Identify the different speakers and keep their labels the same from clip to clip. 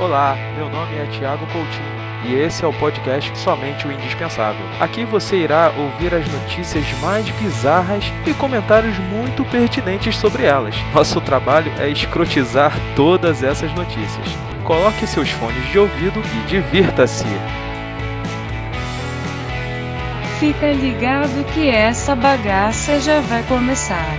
Speaker 1: Olá, meu nome é Tiago Coutinho e esse é o podcast Somente o Indispensável. Aqui você irá ouvir as notícias mais bizarras e comentários muito pertinentes sobre elas. Nosso trabalho é escrotizar todas essas notícias. Coloque seus fones de ouvido e divirta-se.
Speaker 2: Fica ligado que essa bagaça já vai começar.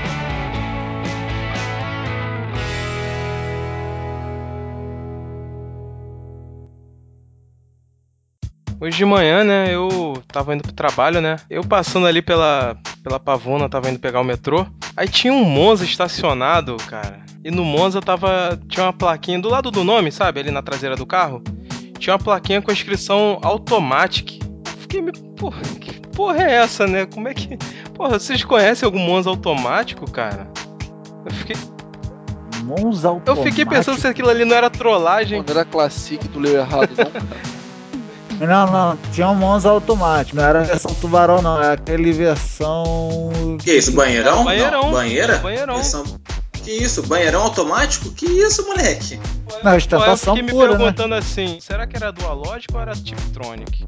Speaker 3: Hoje de manhã, né, eu tava indo pro trabalho, né? Eu passando ali pela, pela Pavona, tava indo pegar o metrô. Aí tinha um Monza estacionado, cara. E no Monza tava. Tinha uma plaquinha do lado do nome, sabe? Ali na traseira do carro. Tinha uma plaquinha com a inscrição Automatic. Fiquei me. Porra, que porra é essa, né? Como é que. Porra, vocês conhecem algum Monza automático, cara? Eu fiquei.
Speaker 4: Monza
Speaker 3: Eu fiquei pensando se aquilo ali não era trollagem.
Speaker 5: Quando era Classic, tu leu errado, não?
Speaker 4: Não, não, tinha um Monza automático, não era a versão tubarão, não, era aquele versão.
Speaker 6: Que é isso, banheirão?
Speaker 3: Banheirão.
Speaker 6: Não, banheira?
Speaker 3: Banheirão.
Speaker 6: Eles são- Que isso, banheirão automático? Que isso, moleque?
Speaker 4: Não,
Speaker 3: Pô, eu
Speaker 4: estação
Speaker 3: fiquei me
Speaker 4: pura, né?
Speaker 3: perguntando assim, será que era Dualogic ou era Tiptronic?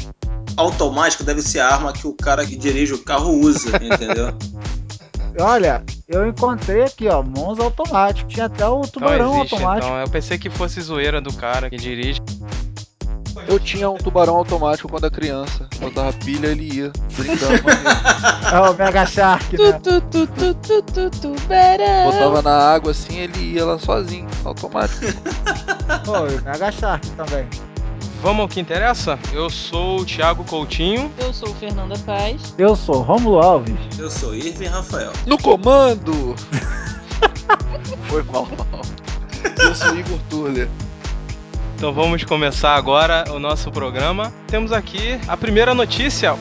Speaker 3: Então
Speaker 6: Automático deve ser a arma que o cara que dirige o carro usa, entendeu?
Speaker 4: Olha, eu encontrei aqui, ó, Monza automático, tinha até o tubarão
Speaker 3: então existe,
Speaker 4: automático.
Speaker 3: Então. Eu pensei que fosse zoeira do cara que dirige.
Speaker 5: Eu tinha um tubarão automático quando era criança. Botava pilha, ele ia. Brincando, mas
Speaker 3: então.
Speaker 4: É o Mega Shark,
Speaker 2: Tu,
Speaker 4: né?
Speaker 2: tu, tu, tu, tu, tu, tubarão.
Speaker 5: botava na água assim, ele ia lá sozinho, automático.
Speaker 4: Pô, e o Mega Shark também.
Speaker 3: Vamos ao que interessa? Eu sou o Thiago Coutinho.
Speaker 7: Eu sou Fernanda Paz.
Speaker 4: Eu sou Rômulo Alves.
Speaker 6: Eu sou Irving Rafael.
Speaker 5: No comando! Foi mal, mal. Eu sou Igor Turler.
Speaker 3: Então vamos começar agora o nosso programa. Temos aqui a primeira notícia.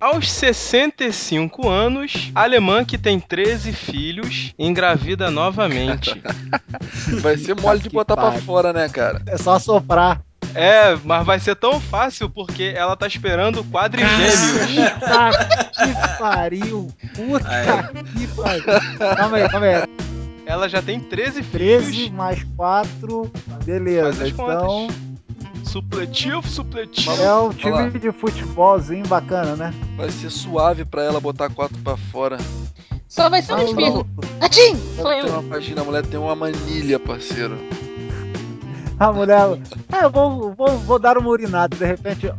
Speaker 3: Aos 65 anos, alemã que tem 13 filhos engravida novamente.
Speaker 5: Vai ser mole de
Speaker 4: Que
Speaker 5: botar pra
Speaker 4: pariu.
Speaker 5: fora, né, cara?
Speaker 4: É só soprar.
Speaker 3: é, mas vai ser tão fácil porque ela tá esperando quadrigêmeos.
Speaker 4: Tá, que pariu. Puta
Speaker 6: Aí.
Speaker 4: que pariu. Calma aí, calma aí.
Speaker 3: Ela já tem 13
Speaker 4: 13
Speaker 3: filhos.
Speaker 4: mais 4.
Speaker 3: Faz
Speaker 4: Beleza,
Speaker 3: as
Speaker 4: então.
Speaker 3: contas. Supletivo, supletivo.
Speaker 4: É um time
Speaker 5: Vamos
Speaker 4: de futebolzinho bacana, né?
Speaker 5: Vai ser suave pra ela botar quatro pra fora.
Speaker 7: Só vai ser um
Speaker 4: Alô.
Speaker 7: espirro. Atim! Sou
Speaker 5: Tem
Speaker 7: eu.
Speaker 5: uma página, a mulher tem uma manilha, parceiro.
Speaker 4: A mulher. Ah, eu vou, vou, vou dar uma urinada, de repente.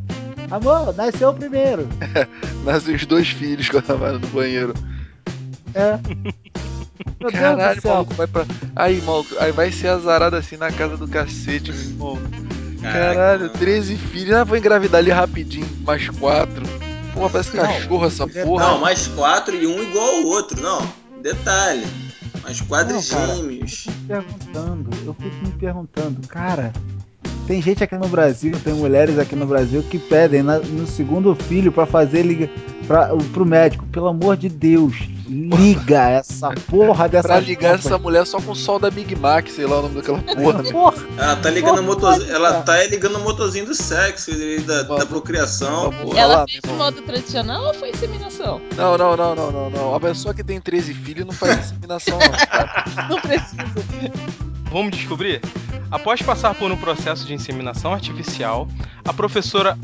Speaker 4: Amor, nasceu primeiro.
Speaker 5: Nascem os dois filhos quando ela vai no banheiro.
Speaker 4: É. Meu Deus do
Speaker 5: Caralho,
Speaker 4: céu.
Speaker 5: maluco, vai pra. Aí, maluco, aí vai ser azarado assim na casa do cacete, meu irmão. Caralho,
Speaker 6: mano.
Speaker 5: 13 filhos. Ah, vou engravidar ali rapidinho, mais quatro. Porra, parece
Speaker 4: Não,
Speaker 5: cachorro essa porra.
Speaker 6: Não, mais quatro e um igual ao outro, não. Detalhe. Mais quadrigêmeos.
Speaker 4: Eu fico me perguntando, eu fico me perguntando, cara. Tem gente aqui no Brasil, tem mulheres aqui no Brasil que pedem na- no segundo filho pra fazer liga para pro médico, pelo amor de Deus, liga essa porra dessa
Speaker 5: Pra ligar
Speaker 4: tampa.
Speaker 5: essa mulher só com o sol da Big Mac, sei lá o nome daquela porra. né?
Speaker 4: porra.
Speaker 6: Ela tá ligando o moto...
Speaker 4: Pode,
Speaker 6: Ela
Speaker 4: cara.
Speaker 6: tá ligando o motorzinho do sexo e da, da procriação.
Speaker 5: Vamos
Speaker 7: Ela
Speaker 5: lá,
Speaker 7: fez
Speaker 5: meu
Speaker 7: de
Speaker 5: irmão.
Speaker 7: modo tradicional ou foi inseminação?
Speaker 5: Não, não, não, não, não, não. A pessoa que tem 13 filhos não faz inseminação, não, cara.
Speaker 7: Não precisa.
Speaker 3: Vamos descobrir? Após passar por um processo de inseminação artificial, a professora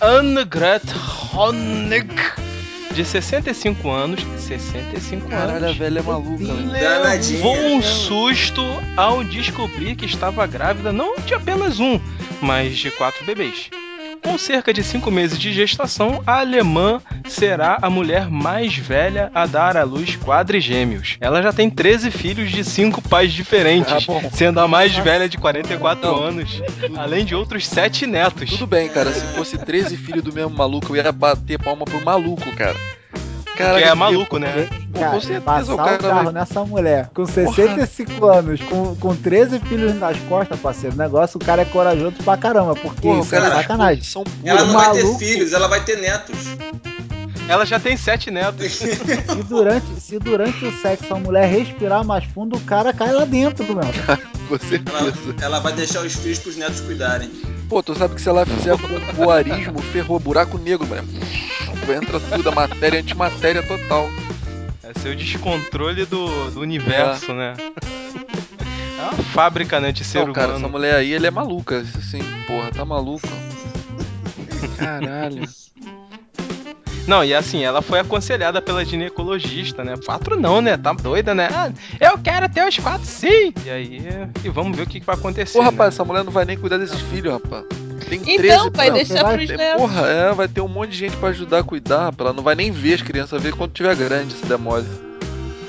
Speaker 3: Annegret Honeck, de 65 anos, 65
Speaker 5: Caralho, a
Speaker 3: anos,
Speaker 5: velha é maluca, né?
Speaker 3: levou
Speaker 6: Danadinha.
Speaker 3: um susto ao descobrir que estava grávida não de apenas um, mas de quatro bebês. Com cerca de cinco meses de gestação, a alemã será a mulher mais velha a dar à luz quadrigêmeos. Ela já tem 13 filhos de cinco pais diferentes
Speaker 5: Ah, bom.
Speaker 3: sendo a mais velha de 44
Speaker 5: Não.
Speaker 3: anos, além de outros sete netos.
Speaker 5: Tudo bem, cara. Se fosse 13 filhos do mesmo maluco, eu ia bater palma pro maluco, cara. Cara,
Speaker 3: que é maluco, né?
Speaker 5: com
Speaker 4: Cara,
Speaker 5: certeza
Speaker 4: passar
Speaker 5: o
Speaker 4: o
Speaker 5: cara
Speaker 4: carro
Speaker 5: vai-
Speaker 4: nessa mulher com 65 anos, com, com 13 filhos nas costas, parceiro, o negócio, o cara é corajoso pra caramba, porque
Speaker 5: Porra, o
Speaker 4: isso é
Speaker 5: cara é
Speaker 4: sacanagem.
Speaker 5: exposição pura.
Speaker 6: Ela não vai ter
Speaker 4: maluco.
Speaker 6: filhos, ela vai ter netos.
Speaker 3: Ela já tem sete netos.
Speaker 4: Se durante, se durante o sexo a mulher respirar mais fundo, o cara cai lá dentro, meu.
Speaker 5: Ah, Com
Speaker 6: Ela,
Speaker 5: certeza.
Speaker 6: ela vai deixar os filhos pros netos cuidarem.
Speaker 5: Pô, tu sabe que se ela fizer com voarismo, ferrou buraco negro, mano. Vai entrar tudo, a matéria, é antimatéria total.
Speaker 3: É seu descontrole do, do universo, né? É uma fábrica, né, de ser
Speaker 5: Não,
Speaker 3: humano.
Speaker 5: cara, essa mulher aí, ele é maluca. Assim, porra, tá maluco. Caralho.
Speaker 3: Não, e assim, ela foi aconselhada pela ginecologista, né? Quatro não, né? Tá doida, né? Ah, eu quero ter os quatro sim! E aí, e vamos ver o que, que vai acontecer.
Speaker 5: Pô,
Speaker 3: né?
Speaker 5: rapaz, essa mulher não vai nem cuidar desses filhos, rapaz. Tem 13
Speaker 7: Então, pai,
Speaker 5: pra-
Speaker 7: deixa
Speaker 4: vai
Speaker 7: pros
Speaker 5: tem-
Speaker 7: netos.
Speaker 5: Porra, é, vai ter um monte de gente pra ajudar a cuidar, rapaz. Ela não vai nem ver as crianças, vai ver quando tiver grande, se der mole.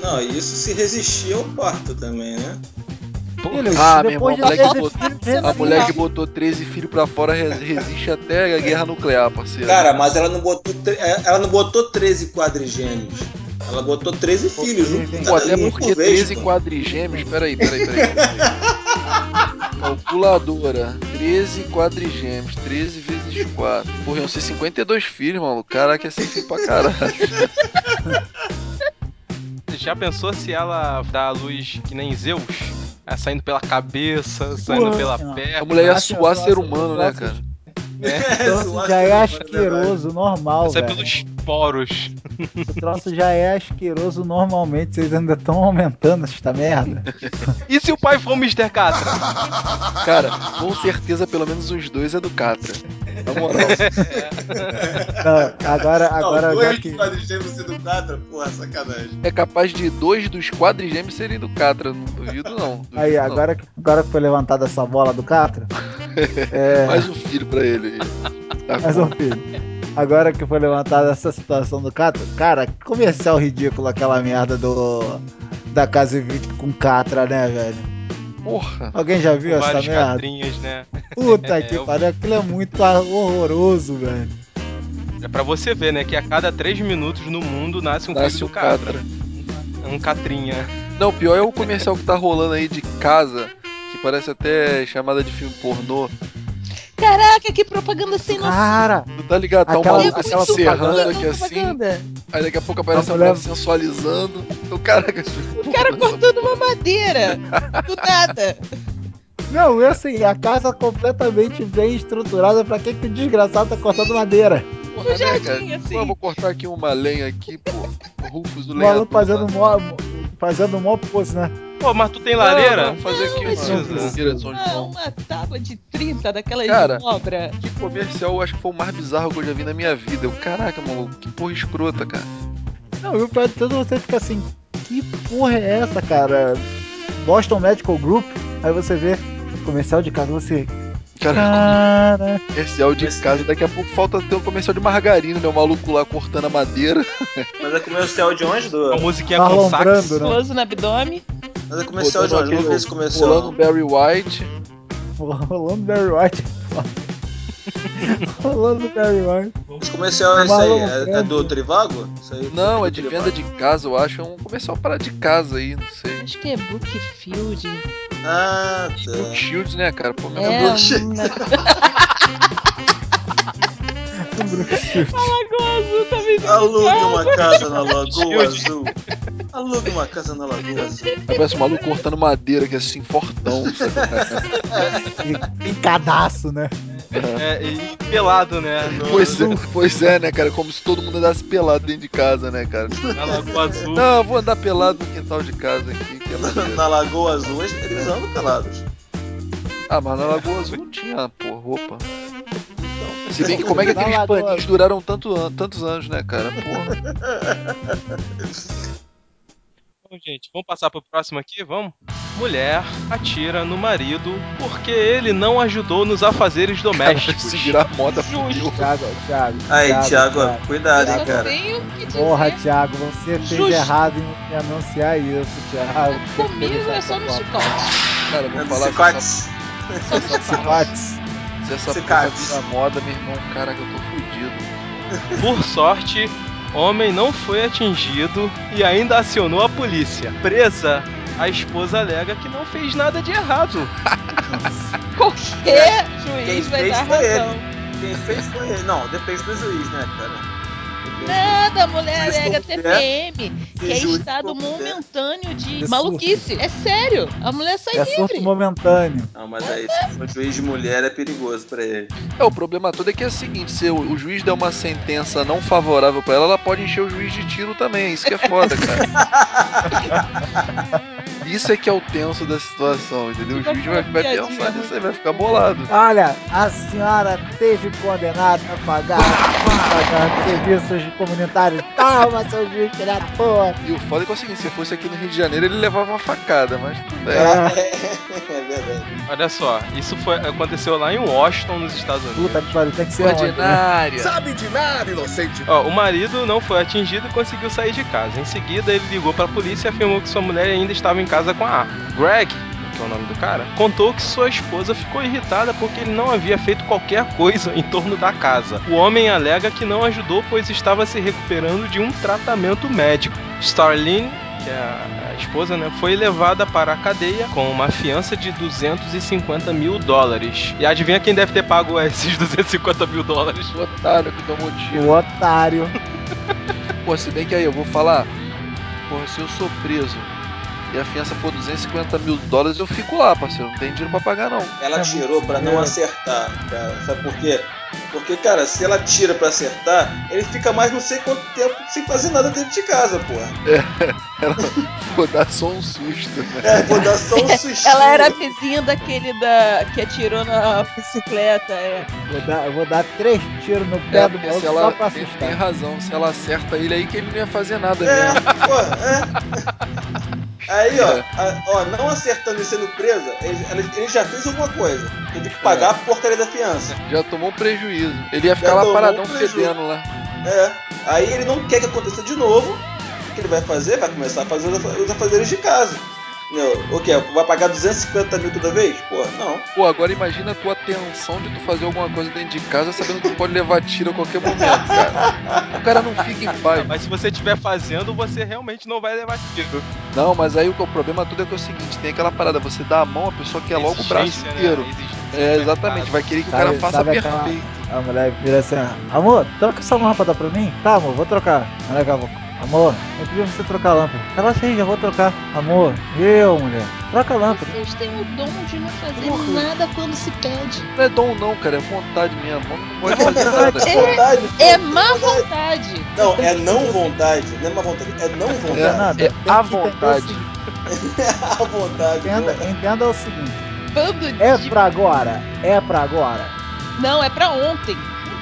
Speaker 6: Não, isso se resistir ao parto também, né?
Speaker 4: Filho,
Speaker 5: Ah, meu irmão,
Speaker 4: depois
Speaker 5: a mulher, que
Speaker 4: de 13
Speaker 5: botou,
Speaker 4: filhos, resiste.
Speaker 5: a mulher que botou 13 filhos pra fora res- resiste até a guerra nuclear, parceiro.
Speaker 6: Cara, mas ela não botou, tre- é, ela não botou 13 quadrigêmeos. Ela botou 13 filhos. Um, por
Speaker 5: Pô,
Speaker 6: cada-
Speaker 5: até
Speaker 6: um por
Speaker 5: porque
Speaker 6: vez,
Speaker 5: 13
Speaker 6: pô.
Speaker 5: quadrigêmeos. Peraí, peraí, peraí. peraí. Calculadora. 13 quadrigêmeos. 13 vezes 4. Porra, iam ser 52 filhos, maluco. Caraca, ia ser filho pra caralho.
Speaker 3: Já pensou se ela dá a luz que nem Zeus? É, saindo pela cabeça, saindo
Speaker 4: Porra.
Speaker 3: pela
Speaker 4: Não.
Speaker 5: A
Speaker 3: perna.
Speaker 5: mulher ia
Speaker 4: Nossa,
Speaker 5: suar
Speaker 4: nossa,
Speaker 5: ser humano, né,
Speaker 4: nossa.
Speaker 5: cara?
Speaker 6: É,
Speaker 4: Esse
Speaker 6: zoar
Speaker 4: troço já é
Speaker 6: ser humano, né, velho?
Speaker 4: asqueroso, normal,
Speaker 3: Sai
Speaker 5: é
Speaker 4: é velho.
Speaker 3: pelos poros.
Speaker 4: Esse troço já é asqueroso normalmente, vocês ainda estão aumentando esta merda.
Speaker 3: E se o pai for o Mr. Catra?
Speaker 5: Cara, com certeza pelo menos os dois é do Catra. Na moral.
Speaker 4: Não, agora, agora,
Speaker 6: não,
Speaker 4: já
Speaker 6: dois
Speaker 4: que...
Speaker 6: quadrigêmeos sendo quatro, porra, sacanagem.
Speaker 5: É capaz de dois dos quadrigêmeos serem do Catra. Não duvido, não. Duvido,
Speaker 4: Aí,
Speaker 5: não.
Speaker 4: agora, que- agora que foi levantada essa bola do Catra, é,
Speaker 5: Mais um filho pra ele. Tá
Speaker 4: mais um filho. Agora que foi levantada essa situação do Catra, cara, que comercial ridículo aquela merda do da Casa Evite com Catra, né, velho?
Speaker 5: Porra.
Speaker 4: Alguém já viu
Speaker 3: Com
Speaker 4: essa
Speaker 3: vários
Speaker 4: merda?
Speaker 3: catrinhas, né?
Speaker 4: Puta
Speaker 3: É,
Speaker 4: que
Speaker 3: eu vi.
Speaker 4: pariu, aquilo é muito horroroso, velho.
Speaker 3: É pra você ver, né? Que a cada três minutos no mundo nasce um
Speaker 5: Nasce
Speaker 3: filho
Speaker 5: o
Speaker 3: do Catra.
Speaker 5: Catra.
Speaker 3: É um Catrinha.
Speaker 5: Não, o pior é o comercial que tá rolando aí de casa, que parece até chamada de filme pornô.
Speaker 7: Caraca, que propaganda sem noção.
Speaker 4: Cara,
Speaker 5: Tu tá ligado? Tá
Speaker 4: Aquela-
Speaker 5: uma
Speaker 7: é
Speaker 5: maluca
Speaker 4: aquela
Speaker 5: se
Speaker 7: propaganda,
Speaker 5: ferrando
Speaker 4: propaganda
Speaker 5: aqui assim,
Speaker 7: propaganda.
Speaker 5: aí daqui a pouco aparece
Speaker 4: A
Speaker 5: a
Speaker 4: mulher-
Speaker 5: mulher sensualizando. Então, O cara,
Speaker 7: O cara cortando uma madeira. Do nada.
Speaker 4: não, e assim, a casa completamente bem estruturada, pra que que o desgraçado tá cortando madeira?
Speaker 5: Porra, né,
Speaker 7: No jardim, assim.
Speaker 5: Pô, eu vou cortar aqui uma lenha aqui, pô. Rufus do
Speaker 4: O
Speaker 5: lenhador.
Speaker 4: maluco fazendo
Speaker 5: tá?
Speaker 4: mó, fazendo mó pose, né?
Speaker 3: Pô, mas tu tem
Speaker 5: Não,
Speaker 3: lareira?
Speaker 5: vamos fazer aqui
Speaker 7: mas
Speaker 5: uma
Speaker 4: isso-
Speaker 5: fogueira de São
Speaker 7: Ah,
Speaker 5: João.
Speaker 7: uma tábua de 30 daquelas
Speaker 5: Cara.
Speaker 7: de obra.
Speaker 5: Que comercial, eu acho que foi o mais bizarro que eu já vi na minha vida. Eu, caraca, maluco, que porra escrota, cara.
Speaker 4: Não, e o pior de tudo, você fica assim, que porra é essa, cara? Boston Medical Group, aí você vê comercial de casa, você.
Speaker 5: Cara,
Speaker 4: Cara,
Speaker 5: comercial de
Speaker 6: Mas-
Speaker 5: casa. Daqui a pouco falta ter um comercial de margarina, né? O maluco lá cortando a madeira.
Speaker 6: Mas é comercial de onde,
Speaker 3: Uma
Speaker 6: do?
Speaker 3: musiquinha
Speaker 4: Tá
Speaker 3: com sax.
Speaker 4: alombrando, né?
Speaker 7: Close no abdômen.
Speaker 6: Mas é comercial de
Speaker 5: Botando
Speaker 6: onde? Vamos ver
Speaker 5: aquele-
Speaker 6: esse
Speaker 5: Pulando
Speaker 6: comercial.
Speaker 5: Barry White.
Speaker 4: rolando Barry White. rolando Barry White.
Speaker 6: Esse comercial é isso aí? É, é do
Speaker 4: Malandro.
Speaker 6: Trivago? Isso aí
Speaker 5: Não,
Speaker 6: do
Speaker 5: é de
Speaker 6: Trivago.
Speaker 5: venda de casa, eu acho. É um comercial para de casa aí, não sei.
Speaker 7: Acho que é Brookfield.
Speaker 6: Ah,
Speaker 5: Book
Speaker 6: tá.
Speaker 5: Shield, né, cara? Pô, meu
Speaker 7: É,
Speaker 5: Deus.
Speaker 7: uma...
Speaker 4: Um
Speaker 7: Alagoas, tá me
Speaker 6: Alugue uma casa na Lagoa
Speaker 3: Shield.
Speaker 6: Azul. Alugue uma casa na Lagoa Azul.
Speaker 5: Aí Parece um maluco cortando madeira, que é assim, fortão. sabe?
Speaker 4: E Picadaço, né?
Speaker 3: É, e pelado, né? No-
Speaker 5: pois, é, pois é, né, cara? Como se todo mundo andasse pelado dentro de casa, né, cara?
Speaker 3: Na Lagoa Azul.
Speaker 5: Não, eu vou andar pelado no quintal de casa aqui, que é
Speaker 6: Na,
Speaker 5: maneiro.
Speaker 6: na Lagoa Azul eles- eles andam pelados.
Speaker 5: Ah, mas na Lagoa Azul não tinha, pô, roupa.
Speaker 6: Então,
Speaker 5: Se bem que como é que
Speaker 4: Na
Speaker 5: aqueles
Speaker 4: Lagoa-
Speaker 5: paninhos duraram tanto an- tantos anos, né, cara? Porra.
Speaker 3: Bom, gente, vamos passar pro próximo aqui, vamos? Mulher atira no marido porque ele não ajudou nos afazeres domésticos.
Speaker 5: Se virar tipo, moda, fudeu.
Speaker 4: Thiago, Thiago.
Speaker 6: Aí, Thiago,
Speaker 4: Thiago.
Speaker 6: cuidado, hein,
Speaker 7: Eu só
Speaker 6: cara.
Speaker 7: tenho que dizer. é
Speaker 4: Porra, Thiago, você fez
Speaker 7: Justo.
Speaker 4: errado em anunciar isso, Thiago. Você fez
Speaker 7: Comigo é
Speaker 4: essa
Speaker 7: só no
Speaker 4: porra.
Speaker 7: chicote.
Speaker 5: Cara,
Speaker 6: É
Speaker 5: vou
Speaker 6: do
Speaker 5: falar com essa
Speaker 6: Cicotes.
Speaker 7: Só no chicote.
Speaker 4: Chicotes.
Speaker 5: Se essa porra
Speaker 6: Cicates.
Speaker 5: vira moda, meu irmão, cara, que eu tô fudido.
Speaker 3: Por sorte, homem não foi atingido e ainda acionou a polícia. Presa, a esposa alega que não fez nada de errado.
Speaker 7: Qualquer
Speaker 6: Quem
Speaker 7: juiz vai
Speaker 6: fez
Speaker 7: dar
Speaker 6: foi ele.
Speaker 7: razão.
Speaker 6: Quem fez foi ele. Não, depende do juiz, né, cara?
Speaker 7: Nada, mulher
Speaker 6: Mas
Speaker 7: alega
Speaker 6: como
Speaker 7: TPM, que é
Speaker 6: juiz
Speaker 7: estado
Speaker 6: como é.
Speaker 7: momentâneo de
Speaker 4: Isso.
Speaker 7: maluquice. É sério, a mulher sai
Speaker 4: É surto
Speaker 7: livre.
Speaker 4: momentâneo.
Speaker 6: Não, mas aí se for juiz de mulher é perigoso pra ele.
Speaker 5: É, o problema todo é que é o seguinte, se o, o juiz der uma sentença não favorável pra ela, ela pode encher o juiz de tiro também, isso que é foda, cara. Isso é que é o tenso da situação, entendeu? O
Speaker 7: Fica
Speaker 5: juiz vai, vai
Speaker 7: piadinha,
Speaker 5: pensar
Speaker 7: né?
Speaker 5: nisso aí, vai ficar bolado.
Speaker 4: Olha, a senhora teve condenada a pagar, pagar serviços comunitários. Toma, seu juiz, filha da porra.
Speaker 5: E o foda é que é o seguinte, se fosse aqui no Rio de Janeiro, ele levava uma facada, mas tudo bem.
Speaker 6: Ah, É verdade.
Speaker 3: Olha só, isso foi, aconteceu lá em Washington, nos Estados Unidos.
Speaker 4: Puta que pariu, tem que ser onde, né?
Speaker 5: Ordinária.
Speaker 8: Sabe de nada, inocente.
Speaker 3: Ó, o marido não foi atingido e conseguiu sair de casa. Em seguida, ele ligou pra polícia e afirmou que sua mulher ainda estava em casa com a arma. Greg, que é o nome do cara, contou que sua esposa ficou irritada porque ele não havia feito qualquer coisa em torno da casa. O homem alega que não ajudou pois estava se recuperando de um tratamento médico. Starlene que é a a esposa, né, foi levada para a cadeia com uma fiança de 250 mil dólares. E adivinha quem deve ter pago esses 250 mil dólares?
Speaker 5: O otário que tomou tiro.
Speaker 4: O otário.
Speaker 5: Pô, se bem que aí eu vou falar, porra, se eu sou preso e a fiança for 250 mil dólares, eu fico lá, parceiro. Não tem dinheiro pra pagar, não.
Speaker 6: Ela tirou pra não
Speaker 4: É.
Speaker 6: acertar, cara. Sabe por quê? Porque, cara, se ela tira pra acertar, ele fica mais não sei quanto tempo sem fazer nada dentro de casa, porra.
Speaker 5: Vou dar só um susto, né?
Speaker 6: É, vou dar só um sustinho.
Speaker 7: Ela era vizinha daquele da que atirou na bicicleta, é.
Speaker 4: Vou dar, eu vou dar três tiros no pé
Speaker 5: É,
Speaker 4: do
Speaker 5: porque se
Speaker 4: maluco só
Speaker 5: ela
Speaker 4: pra
Speaker 5: tem, tem
Speaker 4: assustar.
Speaker 5: razão, se ela acerta ele é aí que ele não ia fazer nada
Speaker 6: É,
Speaker 5: mesmo.
Speaker 6: porra, é. Aí, ó, a- ó, não acertando e sendo presa, ele, ela- ele já fez alguma coisa. Teve que pagar a porcaria da fiança.
Speaker 5: Já tomou um prejuízo. Ele ia ficar
Speaker 6: Já
Speaker 5: lá
Speaker 6: tomou
Speaker 5: paradão
Speaker 6: um prejuízo.
Speaker 5: fedendo lá.
Speaker 6: É. Aí ele não quer que aconteça de novo. O que ele vai fazer? Vai começar a fazer os afa- os afazeres de casa. Não, o quê? Vai pagar 250 mil toda vez? Porra, não.
Speaker 5: Pô, agora imagina a tua tensão de tu fazer alguma coisa dentro de casa sabendo que tu pode levar tiro a qualquer momento, cara. O cara não fica em paz.
Speaker 3: Ah, Mas se você estiver fazendo, você realmente não vai levar tiro.
Speaker 5: Não, mas aí o que- o problema tudo é que é o seguinte, tem aquela parada, você dá a mão, a pessoa quer é logo o braço
Speaker 3: Resistência, né?
Speaker 5: inteiro.
Speaker 3: Resistência
Speaker 5: É,
Speaker 3: tá
Speaker 5: exatamente,
Speaker 3: errado.
Speaker 5: vai querer que
Speaker 4: Sabe-
Speaker 5: o cara faça
Speaker 4: sabe aquela-
Speaker 5: perfeito.
Speaker 4: A mulher vira assim, ó, amor, troca essa lâmpada pra mim. Tá, amor, vou trocar. Aí daqui a pouco, amor, eu pedi pra você trocar a lâmpada. Relaxa aí, já vou trocar. Amor, eu, mulher, troca a lâmpada.
Speaker 7: Vocês têm o dom de não fazer
Speaker 5: Porra.
Speaker 7: nada quando se pede.
Speaker 5: Não é dom não, cara, é vontade mesmo. Eu não gosto de fazer nada.
Speaker 6: Vontade, vontade.
Speaker 7: É má vontade.
Speaker 6: Não, é não vontade. Não é uma vontade, é não vontade.
Speaker 4: Fernanda,
Speaker 5: é
Speaker 4: tem
Speaker 5: à
Speaker 4: que entender o
Speaker 5: vontade.
Speaker 4: seguinte,
Speaker 6: à vontade.
Speaker 7: É
Speaker 4: Entenda,
Speaker 6: porra.
Speaker 4: entenda o seguinte,
Speaker 7: Bando de.
Speaker 4: é pra agora, é pra agora.
Speaker 7: Não, é pra ontem.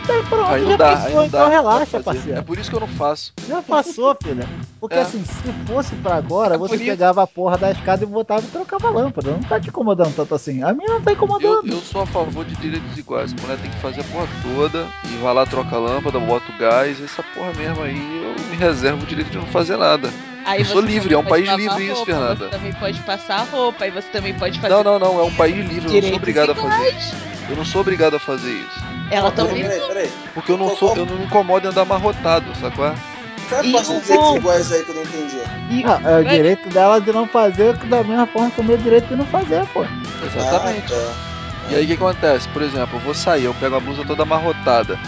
Speaker 4: Tá pronto,
Speaker 5: Aí
Speaker 4: já
Speaker 5: não dá, aí
Speaker 4: passou,
Speaker 5: não dá.
Speaker 4: então
Speaker 5: não dá
Speaker 4: relaxa,
Speaker 5: pra fazer. É
Speaker 4: parceiro.
Speaker 5: por isso que eu não faço.
Speaker 4: Já passou, filha. Porque
Speaker 5: É.
Speaker 4: assim, se fosse pra agora,
Speaker 5: É
Speaker 4: você
Speaker 5: por isso.
Speaker 4: pegava a porra da escada e botava e trocava a lâmpada. Não tá te incomodando tanto assim. A minha não tá
Speaker 5: Eu,
Speaker 4: incomodando.
Speaker 5: eu sou a favor de direitos iguais. A mulher tem que fazer a porra toda e vai lá, troca a lâmpada, bota o gás, essa porra mesmo aí eu me reservo o direito de não fazer nada.
Speaker 7: Aí
Speaker 5: Eu sou
Speaker 7: você
Speaker 5: livre, é um
Speaker 7: também
Speaker 5: país
Speaker 7: pode lavar
Speaker 5: livre isso,
Speaker 7: roupa,
Speaker 5: Fernanda.
Speaker 7: Você também pode passar a roupa, aí você também pode fazer
Speaker 5: Não, não, não, é um país livre, eu não sou
Speaker 7: direitos
Speaker 5: obrigado a fazer
Speaker 7: iguais.
Speaker 5: isso. Eu não sou obrigado a fazer isso.
Speaker 7: Ela tá também
Speaker 6: Peraí, peraí.
Speaker 5: Porque eu não sou, eu não me incomodo em andar amarrotado, sacou?
Speaker 6: Qual é a parte
Speaker 7: E o
Speaker 6: dos direitos
Speaker 7: bom?
Speaker 6: iguais aí que eu não entendi?
Speaker 7: E-
Speaker 4: Ah, é o direito dela de não fazer da mesma forma que o meu direito de não fazer, pô.
Speaker 5: Exatamente.
Speaker 6: Ah,
Speaker 5: E aí o que acontece? Por exemplo, eu vou sair, eu pego a blusa toda amarrotada.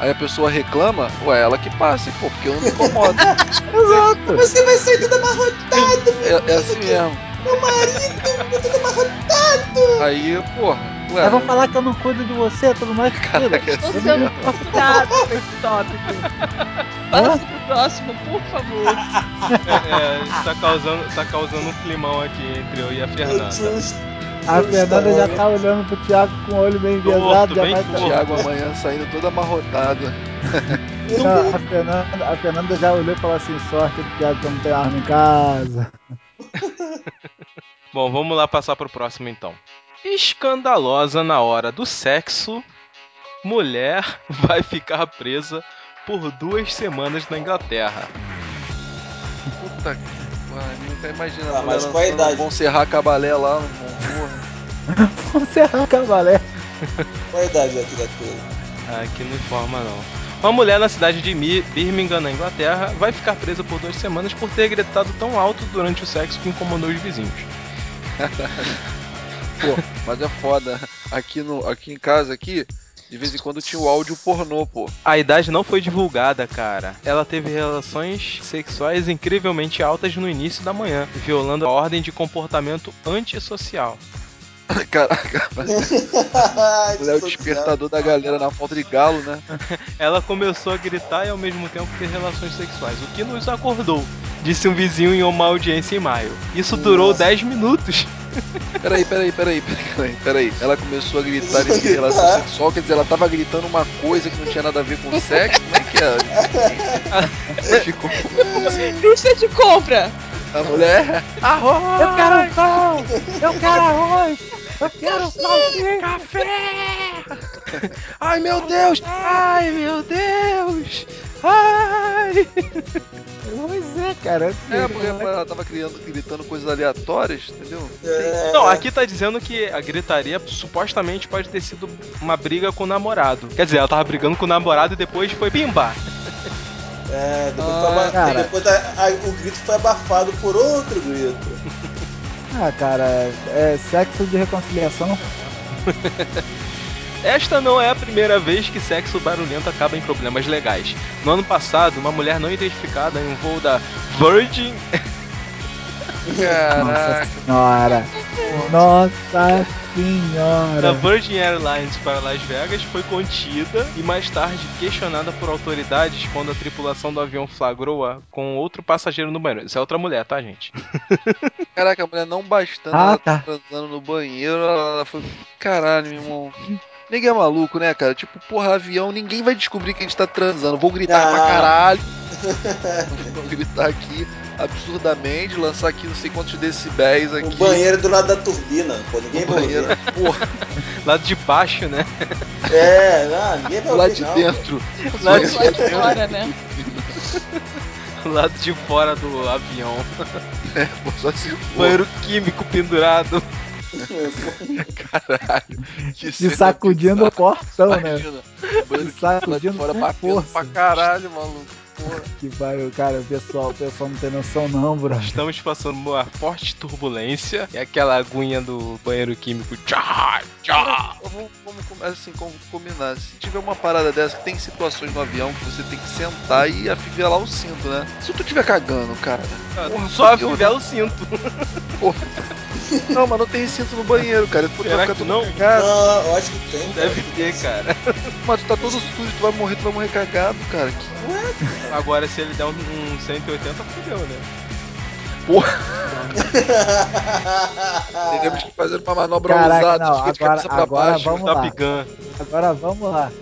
Speaker 5: Aí a pessoa reclama, ué, ela que passe, pô, porque eu não me incomodo.
Speaker 6: tá.
Speaker 4: Exato.
Speaker 6: Você vai sair toda amarrotada,
Speaker 5: É, é assim mesmo.
Speaker 6: tá toda amarrotada.
Speaker 5: Aí, porra, ué.
Speaker 4: Aí vão falar que eu não cuido de você, tudo mais.
Speaker 5: Caraca,
Speaker 4: filha.
Speaker 5: é assim
Speaker 4: Eu
Speaker 7: Você
Speaker 4: não-
Speaker 7: não pode nada com esse tópico. Passa pro próximo, por favor.
Speaker 3: É, é, isso tá causando, tá causando um climão aqui entre eu e a Fernanda.
Speaker 4: A Fernanda já tá olhando pro Thiago com o olho meio
Speaker 3: Torto,
Speaker 4: pesado, já
Speaker 3: bem
Speaker 4: vai tá
Speaker 3: torto.
Speaker 5: Thiago amanhã saindo toda amarrotada.
Speaker 4: Não, a, Fernanda, a Fernanda já olhou e falou assim, sorte do Thiago que eu não tenho arma em casa.
Speaker 3: Bom, vamos lá passar pro próximo então. Escandalosa na hora do sexo, mulher vai ficar presa por duas semanas na Inglaterra.
Speaker 5: Puta que pariu, nunca imagina.
Speaker 6: Ah,
Speaker 5: a mulher
Speaker 6: mas qual a
Speaker 5: lançando
Speaker 6: idade?
Speaker 5: um Bom Serrar Cabalé lá, um bom
Speaker 4: Você é um arranca a balé.
Speaker 6: Qual a idade aqui da coisa?
Speaker 3: Aqui Ah, não informa não. Uma mulher na cidade de Mi- Birmingham, na Inglaterra, vai ficar presa por duas semanas por ter gritado tão alto durante o sexo que incomodou os vizinhos.
Speaker 5: Pô, mas é foda. Aqui, no, aqui em casa, aqui, de vez em quando tinha o áudio pornô, pô.
Speaker 3: A idade não foi divulgada, cara. Ela teve relações sexuais incrivelmente altas no início da manhã, violando a ordem de comportamento antissocial.
Speaker 5: Caraca, ele é o despertador da galera na falta de galo, né?
Speaker 3: Ela começou a gritar e ao mesmo tempo ter relações sexuais, o que nos acordou. disse um vizinho em uma audiência em maio. Isso durou 10 minutos.
Speaker 5: Peraí, peraí, peraí, peraí, peraí. Ela começou a gritar em relação
Speaker 3: tá.
Speaker 5: sexual, quer dizer, ela tava gritando uma coisa que não tinha nada a ver com sexo, como é que é? Ela Ficou né?
Speaker 7: Lista de compra.
Speaker 5: a mulher.
Speaker 3: Arroz!
Speaker 4: Ah, Eu quero pão! Eu quero arroz! Eu quero salsicha!
Speaker 3: Café! Ai meu Deus! Ai meu Deus! Ai!
Speaker 4: Pois é, cara.
Speaker 5: É, porque ela tava criando, gritando coisas aleatórias, entendeu?
Speaker 6: É,
Speaker 3: Não, aqui tá dizendo que a gritaria supostamente pode ter sido uma briga com o namorado. Quer dizer, ela tava brigando com o namorado e depois foi pimba.
Speaker 6: É, depois,
Speaker 5: Ah,
Speaker 6: foi aba-
Speaker 4: cara.
Speaker 6: depois a- a- o grito foi abafado por outro grito.
Speaker 4: Ah, cara, é sexo de reconciliação.
Speaker 3: Esta não é a primeira vez que sexo barulhento acaba em problemas legais. No ano passado, uma mulher não identificada em um voo da Virgin
Speaker 5: Caraca.
Speaker 4: Nossa senhora! Nossa senhora!
Speaker 3: da Virgin Airlines para Las Vegas foi contida e mais tarde questionada por autoridades quando a tripulação do avião flagrou-a com outro passageiro no banheiro. Isso é outra mulher, tá, gente?
Speaker 5: Caraca, a mulher não bastando,
Speaker 4: Ah,
Speaker 5: ela
Speaker 4: tá.
Speaker 5: transando no banheiro, ela foi. Caralho, meu irmão. Ninguém é maluco, né, cara? Tipo, porra, avião, ninguém vai descobrir que a gente tá transando. Vou gritar pra
Speaker 6: Ah.
Speaker 5: caralho. Vou gritar aqui absurdamente, lançar aqui não sei quantos decibéis Tá aqui.
Speaker 6: O Um banheiro do lado da turbina, pô, ninguém
Speaker 5: No
Speaker 6: vai ouvir.
Speaker 5: banheiro. Porra,
Speaker 3: Lado de baixo, né?
Speaker 6: É, não, ninguém vai
Speaker 5: lá
Speaker 6: ouvir,
Speaker 5: de
Speaker 6: não.
Speaker 5: dentro.
Speaker 3: Lá de-
Speaker 7: Só de fora, né?
Speaker 3: Lado de fora do avião.
Speaker 5: Pô, só se for.
Speaker 3: Banheiro químico pendurado.
Speaker 5: Caralho. Que
Speaker 4: Se
Speaker 5: cena
Speaker 4: sacudindo o portão, né?
Speaker 5: Imagina. Banheiro
Speaker 4: Se
Speaker 5: que lá de
Speaker 4: sacudindo
Speaker 5: fora
Speaker 4: com
Speaker 5: batendo
Speaker 4: força.
Speaker 5: pra caralho, maluco. Porra.
Speaker 4: Que vai, cara, o pessoal, o pessoal não tem noção não, bro.
Speaker 3: Estamos passando uma forte turbulência. E aquela aguinha do banheiro químico. Tchá, tchá.
Speaker 5: Cara, vamos, vamos com- assim, como combinar. Se tiver uma parada dessa, que tem situações no avião que você tem que sentar e afivelar o cinto, né? Se tu tiver cagando, cara. Porra,
Speaker 3: Só
Speaker 5: fudeu,
Speaker 3: afiar o cinto.
Speaker 5: Não, mas não tem cinto no banheiro, cara. Depois tu
Speaker 3: Será
Speaker 5: vai ficar
Speaker 3: que
Speaker 5: todo
Speaker 3: não?
Speaker 5: cagado.
Speaker 6: Não, eu acho que tem.
Speaker 3: Deve ter, é cara.
Speaker 5: Mas tu tá todo sujo, tu vai morrer, tu vai morrer cagado, cara. Que-
Speaker 3: Agora, se ele der um, um 180, fudeu, né?
Speaker 6: Ah.
Speaker 5: Teremos que fazer uma manobra
Speaker 4: Caraca,
Speaker 5: ousada.
Speaker 4: não,
Speaker 5: fica de
Speaker 4: agora-
Speaker 5: cabeça pra
Speaker 4: agora
Speaker 5: baixo.
Speaker 4: vamos- lá.
Speaker 3: Top Gun.
Speaker 4: Agora vamos lá.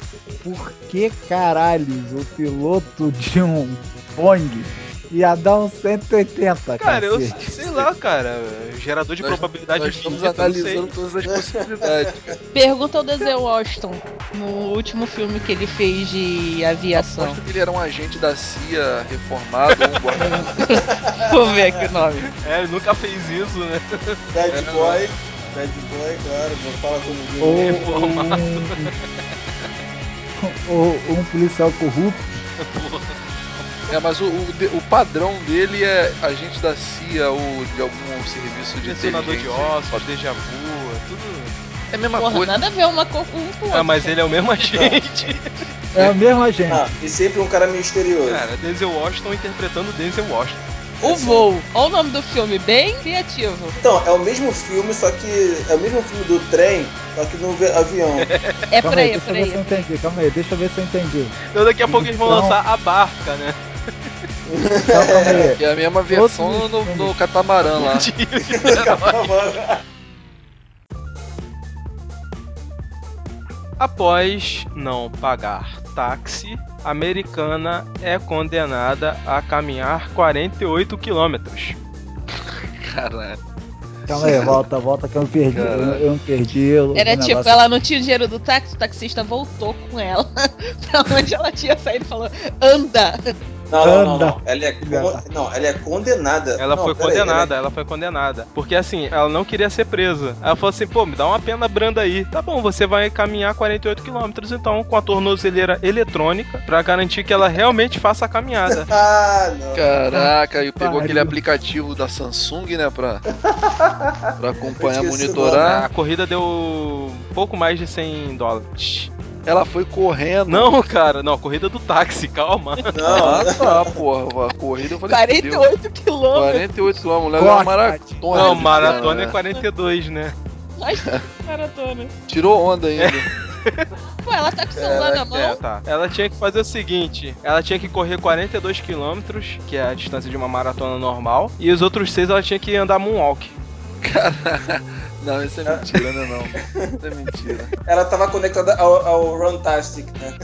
Speaker 4: Por que caralhos o piloto de um Boeing ia dar um 180,
Speaker 3: Cara, eu
Speaker 4: Tá cacete?
Speaker 3: sei lá, cara. Gerador de
Speaker 5: Nós-
Speaker 3: probabilidade
Speaker 5: Nós estamos
Speaker 3: infinita, não sei.
Speaker 5: analisando todas as possibilidades.
Speaker 7: Pergunta ao Denzel Washington no último filme que ele fez de aviação.
Speaker 5: Aposto que ele era um agente da CIA reformado ou um guarda.
Speaker 7: Vou ver aqui o nome.
Speaker 3: É, ele nunca fez isso, né?
Speaker 6: Bad boy. Bad boy, claro, não fala com ninguém.
Speaker 4: Ou
Speaker 6: né?
Speaker 3: Reformado.
Speaker 4: um- ou um policial corrupto.
Speaker 5: É, mas o, o, de- o padrão dele é agente da CIA ou de algum serviço de
Speaker 3: Pressionador de
Speaker 5: inteligência.
Speaker 3: ossos, déjà vu, é tudo.
Speaker 5: É a mesma
Speaker 7: Porra,
Speaker 5: coisa.
Speaker 7: nada a ver uma cor com um com o outro.
Speaker 3: Ah, mas ele é o mesmo agente.
Speaker 4: É o mesmo agente.
Speaker 6: Ah, e sempre um cara misterioso.
Speaker 3: Cara, Denzel Washington interpretando Denzel Washington.
Speaker 7: O voo. Olha o nome do filme, bem criativo.
Speaker 6: Então, é o mesmo filme, só que. É o mesmo filme do trem, só que no ve- avião.
Speaker 7: É
Speaker 4: calma
Speaker 7: pra
Speaker 4: aí,
Speaker 7: aí, é
Speaker 4: deixa eu
Speaker 7: pra
Speaker 4: ver se
Speaker 7: aí.
Speaker 4: eu entendi. Calma aí, deixa eu ver se eu entendi.
Speaker 3: Então daqui a pouco eles vão
Speaker 4: Então-
Speaker 3: lançar a barca, né?
Speaker 4: Então, calma aí.
Speaker 5: É a mesma versão
Speaker 4: Todos os
Speaker 5: no, no catamarã lá.
Speaker 3: Após não pagar táxi, a americana é condenada a caminhar 48 quilômetros.
Speaker 5: Caralho.
Speaker 4: Calma aí, volta, volta que eu não perdi. Eu, eu não perdi. o-
Speaker 7: Era
Speaker 4: o
Speaker 7: tipo,
Speaker 4: um negócio.
Speaker 7: ela não tinha dinheiro do táxi, o taxista voltou com ela pra onde ela tinha saído e falou: anda!
Speaker 6: Não, não, não, não.
Speaker 4: Anda.
Speaker 6: Ela é, con- não, ela é condenada.
Speaker 3: Ela
Speaker 6: Não,
Speaker 3: foi
Speaker 6: peraí, é
Speaker 3: condenada, ela foi condenada. Porque assim, ela não queria ser presa. Ela falou assim: pô, me dá uma pena branda aí. Tá bom, você vai caminhar 48 quilômetros então com a tornozeleira eletrônica pra garantir que ela realmente faça a caminhada.
Speaker 6: Ah, não.
Speaker 5: Caraca, e pegou
Speaker 4: Pariu.
Speaker 5: aquele aplicativo da Samsung, né, pra, pra acompanhar,
Speaker 6: Eu esqueci o
Speaker 3: A
Speaker 5: monitorar.
Speaker 3: corrida deu um pouco mais de 100 dólares.
Speaker 5: Ela foi
Speaker 6: Tá
Speaker 5: correndo.
Speaker 3: Não, cara, não, corrida do táxi, calma.
Speaker 6: Não,
Speaker 5: Ah, tá, porra. A corrida eu falei, fudeu.
Speaker 7: 48 quilômetros.
Speaker 5: 48 km, mulher é uma
Speaker 4: Corta.
Speaker 5: maratona.
Speaker 3: Não,
Speaker 5: de
Speaker 3: maratona é
Speaker 5: cara, né?
Speaker 3: 42, né?
Speaker 7: Mais que maratona.
Speaker 5: Tirou onda ainda.
Speaker 7: Pô, ela tá com o celular na mão.
Speaker 3: É, tá. Ela tinha que fazer o seguinte: ela tinha que correr 42 quilômetros, que é a distância de uma maratona normal, e os outros seis ela tinha que andar moonwalk.
Speaker 5: Não, isso é mentira, né? Não. Isso é mentira.
Speaker 6: Ela tava conectada ao, ao Runtastic, né?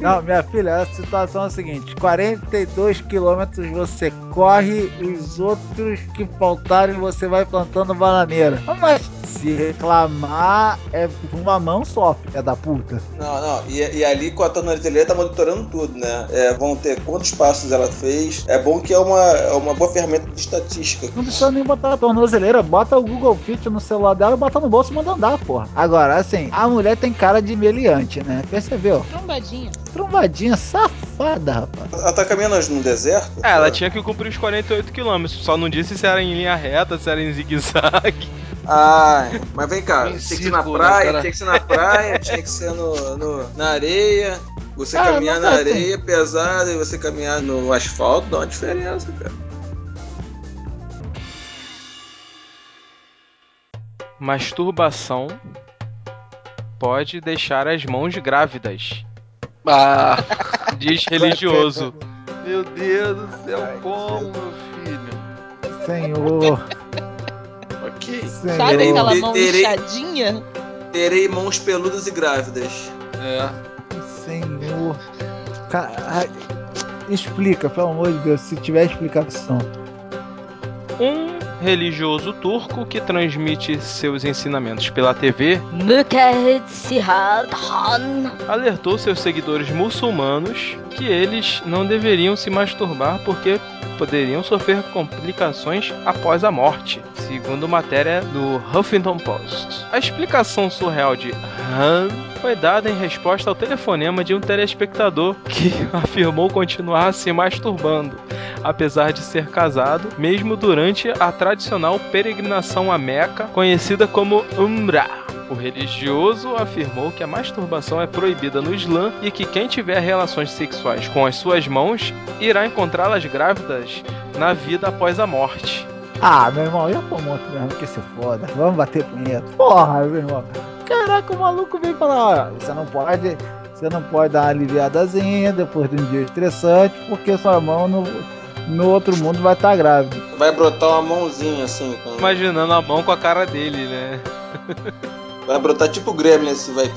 Speaker 4: Não, minha filha, a situação é a seguinte: 42 quilômetros você corre, os outros que faltarem você vai plantando bananeira. Mas se reclamar é uma mão só, filha da puta.
Speaker 6: Não, não. E, e ali com a Tona Artilheira tá monitorando tudo, né? É, vão ter quantos passos ela fez. É bom que é uma, é uma boa ferramenta de estatística.
Speaker 4: Não precisa nem botar a tornozeleira, bota o Google Fit no celular dela, bota no bolso e manda andar, porra. Agora, assim, a mulher tem cara de meliante, né? Percebeu?
Speaker 7: Trombadinha.
Speaker 4: Trombadinha safada, rapaz.
Speaker 6: Ela tá caminhando no deserto?
Speaker 3: É, ela tinha que cumprir os 48 quilômetros, só não disse se era em linha reta, se era em zigue-zague.
Speaker 6: Ah, mas vem cá, tinha que ser na
Speaker 5: Círculo, né,
Speaker 6: praia,
Speaker 5: cara?
Speaker 6: tinha que ser na praia, tinha que ser no, no- na areia. Você
Speaker 4: Ah,
Speaker 6: caminhar
Speaker 4: não
Speaker 6: na
Speaker 4: tá
Speaker 6: areia pesada e você caminhar no asfalto dá uma diferença, cara.
Speaker 3: Masturbação pode deixar as mãos grávidas.
Speaker 5: Ah,
Speaker 3: Diz religioso.
Speaker 5: meu Deus do céu, como, meu filho?
Speaker 4: Senhor,
Speaker 5: Ok.
Speaker 4: senhor.
Speaker 7: Sabe aquela
Speaker 6: Terei-
Speaker 7: mão
Speaker 6: terei-
Speaker 7: inchadinha?
Speaker 6: Terei mãos peludas e grávidas.
Speaker 5: É.
Speaker 4: Senhor. Cara, explica, pelo amor de Deus, se tiver explicação.
Speaker 3: Um religioso turco que transmite seus ensinamentos pela TV
Speaker 8: Mukhed Sihad Han.
Speaker 3: alertou seus seguidores muçulmanos que eles não deveriam se masturbar porque poderiam sofrer complicações após a morte, segundo matéria do Huffington Post. A explicação surreal de Han foi dada em resposta ao telefonema de um telespectador que afirmou continuar se masturbando, apesar de ser casado, mesmo durante a tradicional peregrinação a Meca, conhecida como Umrah. O religioso afirmou que a masturbação é proibida no Islã e que quem tiver relações sexuais com as suas mãos irá encontrá-las grávidas na vida após a morte.
Speaker 4: Ah, meu irmão, eu tô morto mesmo, que se foda. Vamos bater punheta. Porra, meu irmão. Caraca, o maluco veio falar, ó, você não pode. Você não pode dar uma aliviadazinha depois de um dia estressante, porque sua mão no, no outro mundo vai estar grávida.
Speaker 6: Vai brotar uma mãozinha assim. com-
Speaker 3: Imaginando a mão com a cara dele, né?
Speaker 6: Vai brotar tipo o Gremlin, assim, vai.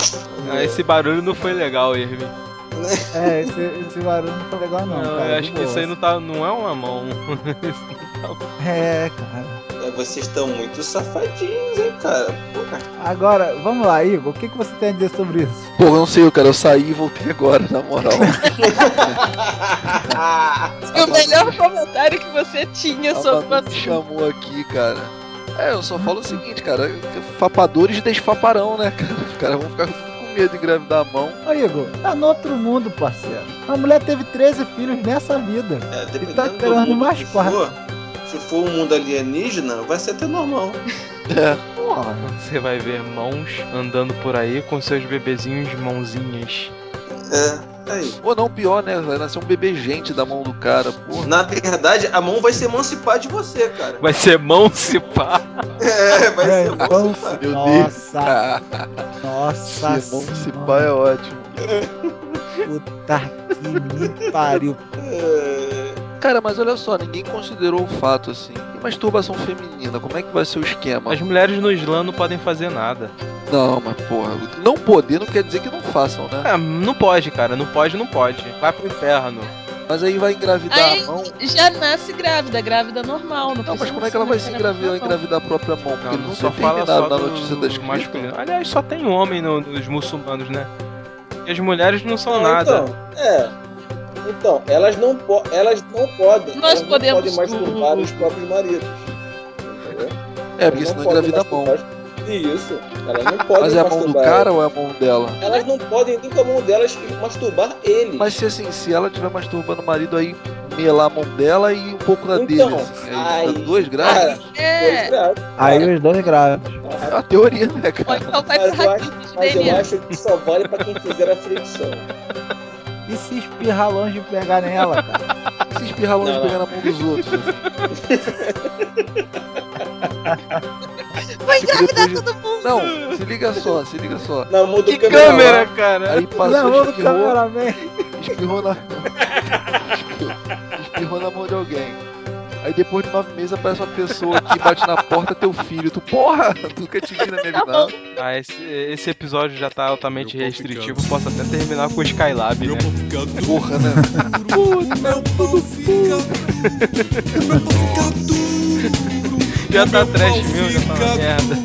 Speaker 3: Ah, Esse barulho não foi legal, Irving.
Speaker 4: É, esse, esse barulho não foi legal não,
Speaker 3: Não,
Speaker 4: cara.
Speaker 3: eu
Speaker 4: de
Speaker 3: acho que
Speaker 4: boa.
Speaker 3: isso aí não, tá, não é uma mão.
Speaker 4: É, cara.
Speaker 6: É, Vocês estão muito safadinhos, hein, cara. Porra.
Speaker 4: Agora, vamos lá, Igor, o que, que você tem a dizer sobre isso?
Speaker 5: Pô, eu não sei, cara. Eu saí e voltei agora, na moral.
Speaker 7: E
Speaker 5: Tá
Speaker 7: o melhor comentário que você tinha
Speaker 5: A
Speaker 7: sobre
Speaker 5: Manu me chamou aqui, cara. É, eu só falo o seguinte, cara. Fapadores desfaparão, né, cara? Os caras vão ficar tudo com medo de engravidar a mão.
Speaker 4: Ô, Igor, tá no outro mundo, parceiro. A mulher teve 13 filhos nessa vida.
Speaker 6: É,
Speaker 4: Ele tá querendo mais
Speaker 6: que
Speaker 4: quatro.
Speaker 6: for, se for um mundo alienígena, vai ser até normal.
Speaker 5: É.
Speaker 4: Porra.
Speaker 3: Você vai ver mãos andando por aí com seus bebezinhos mãozinhas.
Speaker 6: É, aí.
Speaker 5: Ou não, pior, né? Vai nascer um bebê gente da mão do cara, porra.
Speaker 6: Na verdade, a mão vai se emancipar de você, cara.
Speaker 3: Vai ser mão se pá.
Speaker 6: É, vai
Speaker 4: É,
Speaker 6: se
Speaker 4: então,
Speaker 6: emancipar.
Speaker 5: Meu
Speaker 4: nossa,
Speaker 5: Ah,
Speaker 4: nossa,
Speaker 5: se emancipar é
Speaker 4: senhora.
Speaker 5: ótimo.
Speaker 4: puta que me pariu.
Speaker 6: É,
Speaker 5: Cara, mas olha só, ninguém considerou o fato assim. E masturbação feminina, como é que vai ser o esquema?
Speaker 3: As mulheres no Islã não podem fazer nada.
Speaker 5: Não, mas porra, não poder não quer dizer que não façam, né?
Speaker 3: Ah, não pode, cara. Não pode, não pode. Vai pro inferno.
Speaker 5: Mas aí vai engravidar
Speaker 7: Aí-
Speaker 5: a mão.
Speaker 7: Já nasce grávida, grávida normal. Não,
Speaker 5: Não, mas
Speaker 7: precisa
Speaker 3: um
Speaker 5: como é que ela vai se
Speaker 7: engravidar
Speaker 5: engravidar, engravidar a própria mão? Porque
Speaker 3: Não, Então,
Speaker 5: ele
Speaker 3: não
Speaker 5: não
Speaker 3: só
Speaker 5: foi
Speaker 3: fala
Speaker 5: terminado
Speaker 3: só
Speaker 5: na
Speaker 3: do
Speaker 5: notícia da escrita.
Speaker 3: masculino. Aliás, só tem homem no- nos muçulmanos, né? E as mulheres não são nada.
Speaker 6: Então, é. Então, elas não, po- elas não podem.
Speaker 7: Nós
Speaker 6: elas
Speaker 7: podemos
Speaker 6: não podem masturbar
Speaker 7: tudo.
Speaker 6: os próprios maridos. Entendeu?
Speaker 5: É, porque senão engravida a mão.
Speaker 6: mão. Isso. Elas não podem
Speaker 5: Mas é a mão do
Speaker 6: masturbar.
Speaker 5: cara ou é a mão dela?
Speaker 6: Elas não podem nem com a mão delas masturbar eles.
Speaker 5: Mas se assim, se ela estiver masturbando o marido, aí melar a mão dela e um pouco da
Speaker 6: Então,
Speaker 5: dele, assim. Aí
Speaker 6: ai,
Speaker 5: fica dois
Speaker 6: cara,
Speaker 5: graus.
Speaker 7: É,
Speaker 4: Aí os dois grávidos.
Speaker 5: É uma teoria, né,
Speaker 7: ou
Speaker 5: cara?
Speaker 7: então
Speaker 6: Mas
Speaker 7: vai pro
Speaker 6: eu acho-
Speaker 7: ratinho de
Speaker 6: Mas eu
Speaker 7: DNA.
Speaker 6: acho que só vale pra quem fizer a fricção.
Speaker 4: E se espirrar longe de pegar nela, cara?
Speaker 5: Se espirrar longe
Speaker 6: Não,
Speaker 5: de
Speaker 6: não.
Speaker 5: pegar na mão dos outros, assim.
Speaker 7: Vai
Speaker 5: Tipo, depois
Speaker 7: engravidar
Speaker 5: de-
Speaker 7: todo mundo.
Speaker 5: Não, se liga só, se liga só.
Speaker 6: Não, muda
Speaker 3: Que
Speaker 6: o então. câmera.
Speaker 3: câmera,
Speaker 6: lá.
Speaker 3: cara?
Speaker 5: Aí
Speaker 4: Não,
Speaker 5: passou,
Speaker 4: o
Speaker 5: espirrou,
Speaker 4: cameraman.
Speaker 5: espirrou na. espirrou, espirrou na mão de alguém. Aí depois de nove meses aparece uma pessoa que bate na porta teu filho. Tu, porra, nunca te vi na minha vida. não.
Speaker 3: Ah, esse, esse episódio já tá altamente
Speaker 9: Eu vou
Speaker 3: restritivo. Posso até terminar com o Skylab,
Speaker 9: Meu
Speaker 3: né?
Speaker 9: pau fica duro,
Speaker 5: Porra, né?
Speaker 9: meu pau fica duro, meu pau fica duro.
Speaker 3: Já
Speaker 9: o
Speaker 3: tá
Speaker 9: meu
Speaker 3: trash
Speaker 9: pau
Speaker 3: mesmo, já tá uma
Speaker 9: fica
Speaker 3: merda.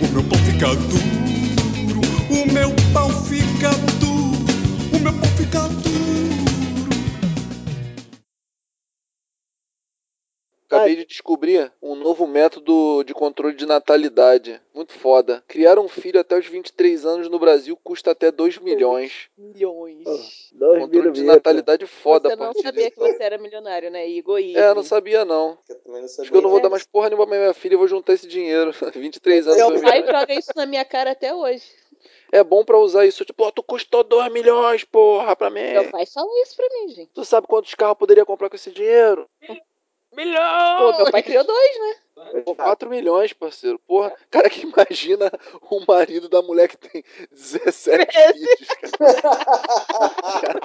Speaker 9: O meu pau fica duro, o meu pau fica duro, o meu pau fica duro.
Speaker 5: Acabei de descobrir um novo método de controle de natalidade. Muito foda. Criar um filho até os 23 anos no Brasil custa até 2 milhões.
Speaker 7: Milhões.
Speaker 4: Dois
Speaker 5: Controle de
Speaker 4: birubita.
Speaker 5: natalidade foda,
Speaker 7: você não
Speaker 5: parceiro.
Speaker 7: sabia que você era milionário, né, Igor? E-
Speaker 5: É, eu não sabia não.
Speaker 6: Eu também não sabia.
Speaker 5: Acho que eu não vou
Speaker 7: é.
Speaker 5: dar mais porra nenhuma pra minha filha, eu vou juntar esse dinheiro. 23 anos.
Speaker 6: É,
Speaker 5: dois
Speaker 7: Aí
Speaker 5: milhões.
Speaker 7: joga isso na minha cara até hoje.
Speaker 5: É bom pra usar isso. Tipo, ó, tu custou 2 milhões, porra, pra mim.
Speaker 7: Meu pai falou isso pra mim, gente.
Speaker 5: Tu sabe quantos carros eu poderia comprar com esse dinheiro?
Speaker 7: Pô, meu pai criou dois, né?
Speaker 6: É.
Speaker 5: Pô, 4 milhões, parceiro. Porra, cara que imagina o marido da mulher que tem 17 filhos, cara.